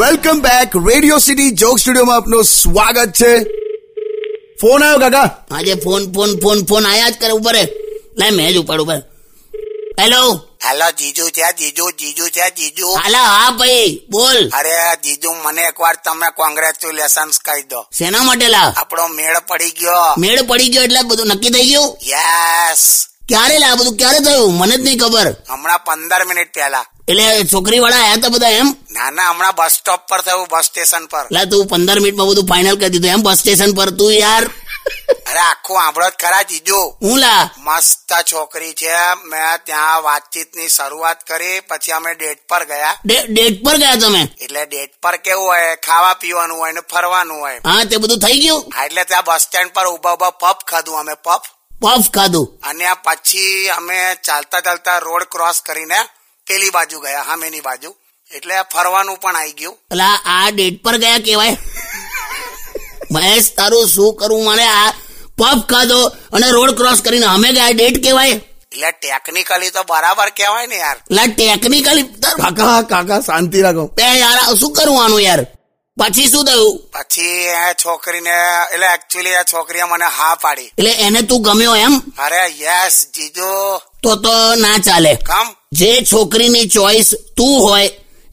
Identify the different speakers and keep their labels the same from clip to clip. Speaker 1: welcome back Radio City joke સ્ટુડિયોમાં આપનું સ્વાગત છે ફોન આવ્યો કાકા
Speaker 2: આજે ફોન ફોન ફોન ફોન આયા જ કરે ઉપર લાય મેં જ ઉપાડ ઉપર હેલો
Speaker 3: હેલો જીજુ છે જીજુ જીજુ છે જીજુ
Speaker 2: હાલા હા ભાઈ બોલ
Speaker 3: અરે જીજુ મને એકવાર તમે કોંગ્રેચ્યુલેશન કહી દો
Speaker 2: શેના માટે લા
Speaker 3: આપણો મેળ પડી ગયો
Speaker 2: મેળ પડી ગયો એટલે બધું નક્કી થઈ ગયું
Speaker 3: યસ
Speaker 2: ક્યારે લા આ બધું ક્યારે થયું મને જ નહીં ખબર
Speaker 3: હમણાં પંદર મિનિટ પહેલા
Speaker 2: એટલે છોકરી વાળા આયા હતા બધા એમ
Speaker 3: ના ના હમણાં બસ સ્ટોપ પર થયું બસ સ્ટેશન પર
Speaker 2: લા તું પંદર મિનિટમાં બધું ફાઇનલ કરી દીધું એમ બસ સ્ટેશન પર તું યાર
Speaker 3: અરે આખું આંભળો જ ખરા જીજુ
Speaker 2: હું લા
Speaker 3: મસ્ત છોકરી છે મેં ત્યાં વાતચીતની શરૂઆત કરી પછી અમે ડેટ પર ગયા
Speaker 2: ડે- ડેટ પર ગયા તમે
Speaker 3: એટલે ડેટ પર કેવું હોય ખાવા પીવાનું હોય ને ફરવાનું હોય
Speaker 2: હા તે બધું થઈ ગયું
Speaker 3: હા, એટલે ત્યાં બસ સ્ટેન્ડ પર ઉભા ઉભા પફ ખાધું અમે પફ
Speaker 2: પફ ખાધું
Speaker 3: અને આ પછી અમે ચાલતા ચાલતા રોડ ક્રોસ કરીને પેલી બાજુ ગયા સામેની બાજુ એટલે ફરવાનું પણ આવી ગયું
Speaker 2: એટલે આ- આ ડેટ પર ગયા કેવાય મહેશ તારું શું કરવું મારે આ પફ ખાધો અને રોડ ક્રોસ કરીને અમે ગયા ડેટ કેવાય
Speaker 3: એટલે ટેકનિકલી તો બરાબર કહેવાય ને યાર
Speaker 2: લા ટેકનિકલી
Speaker 1: કાકા કાકા શાંતિ રાખો
Speaker 2: બે યાર આ શું કરવાનું યાર પછી શું થયું
Speaker 3: પછી એ છોકરીને એટલે એકચ્યુઅલી આ છોકરીએ મને હા પાડી
Speaker 2: એટલે એને તું ગમ્યો એમ
Speaker 3: અરે યસ જીજુ
Speaker 2: તો તો ના ચાલે
Speaker 3: કમ
Speaker 2: જે છોકરીની ચોઈસ તું હોય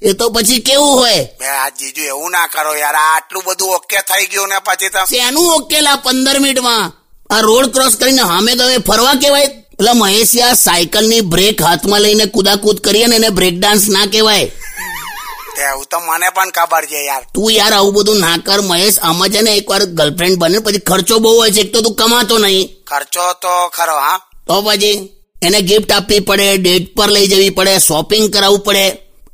Speaker 2: એ તો પછી કેવું હોય
Speaker 3: બે આ જીજુ એવું ના કરો યાર આ આટલું બધું ઓકે થઈ ગયું ને પછી તો
Speaker 2: શેનું ઓકેલા પંદર મિનિટમાં આ રોડ ક્રોસ કરીને હામે તો હવે ફરવા કેવાય એટલે મહેશિયા સાયકલની બ્રેક હાથમાં લઈને કુદાકુદ કરી અને એને બ્રેક ડાન્સ ના કહેવાય
Speaker 3: તે એવું તો મને પણ ખબર છે યાર
Speaker 2: તું યાર આવું બધું ના કર મહેશ આમાં છે ને એકવાર ગર્લફ્રેન્ડ બને પછી ખર્ચો બહુ હોય છે એક તો તું કમાતો નહીં
Speaker 3: ખર્ચો તો ખરો હા
Speaker 2: તો પછી એને ગિફ્ટ આપવી પડે ડેટ પર લઈ જવી પડે શોપિંગ કરાવવું પડે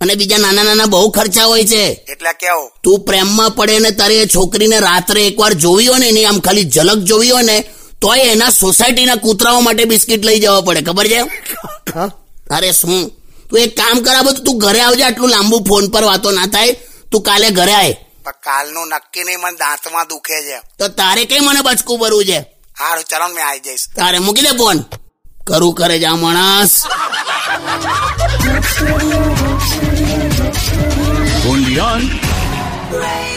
Speaker 2: અને બીજા નાના નાના બહુ ખર્ચા હોય છે
Speaker 3: એટલે કેવું
Speaker 2: તું પ્રેમમાં પડે ને તારે એ છોકરીને રાત્રે એકવાર જોવી હોય ને એની આમ ખાલી ઝલક જોવી હોય ને તોય એના સોસાયટીના કૂતરાઓ માટે બિસ્કિટ લઈ જવા પડે ખબર છે અરે શું તું એક કામ કર આ બધું તું ઘરે આવજે આટલું લાંબુ ફોન પર વાતો ના થાય તું કાલે ઘરે આય
Speaker 3: પણ કાલનું નક્કી નહીં મને દાંતમાં દુખે છે
Speaker 2: તો તારે કઈ મને બચકું ભરવું છે
Speaker 3: હારું ચલો ને મેં આવી જઈશ
Speaker 2: તારે મૂકી દે ફોન કરું કરે જા માણસ
Speaker 4: only on
Speaker 5: Radio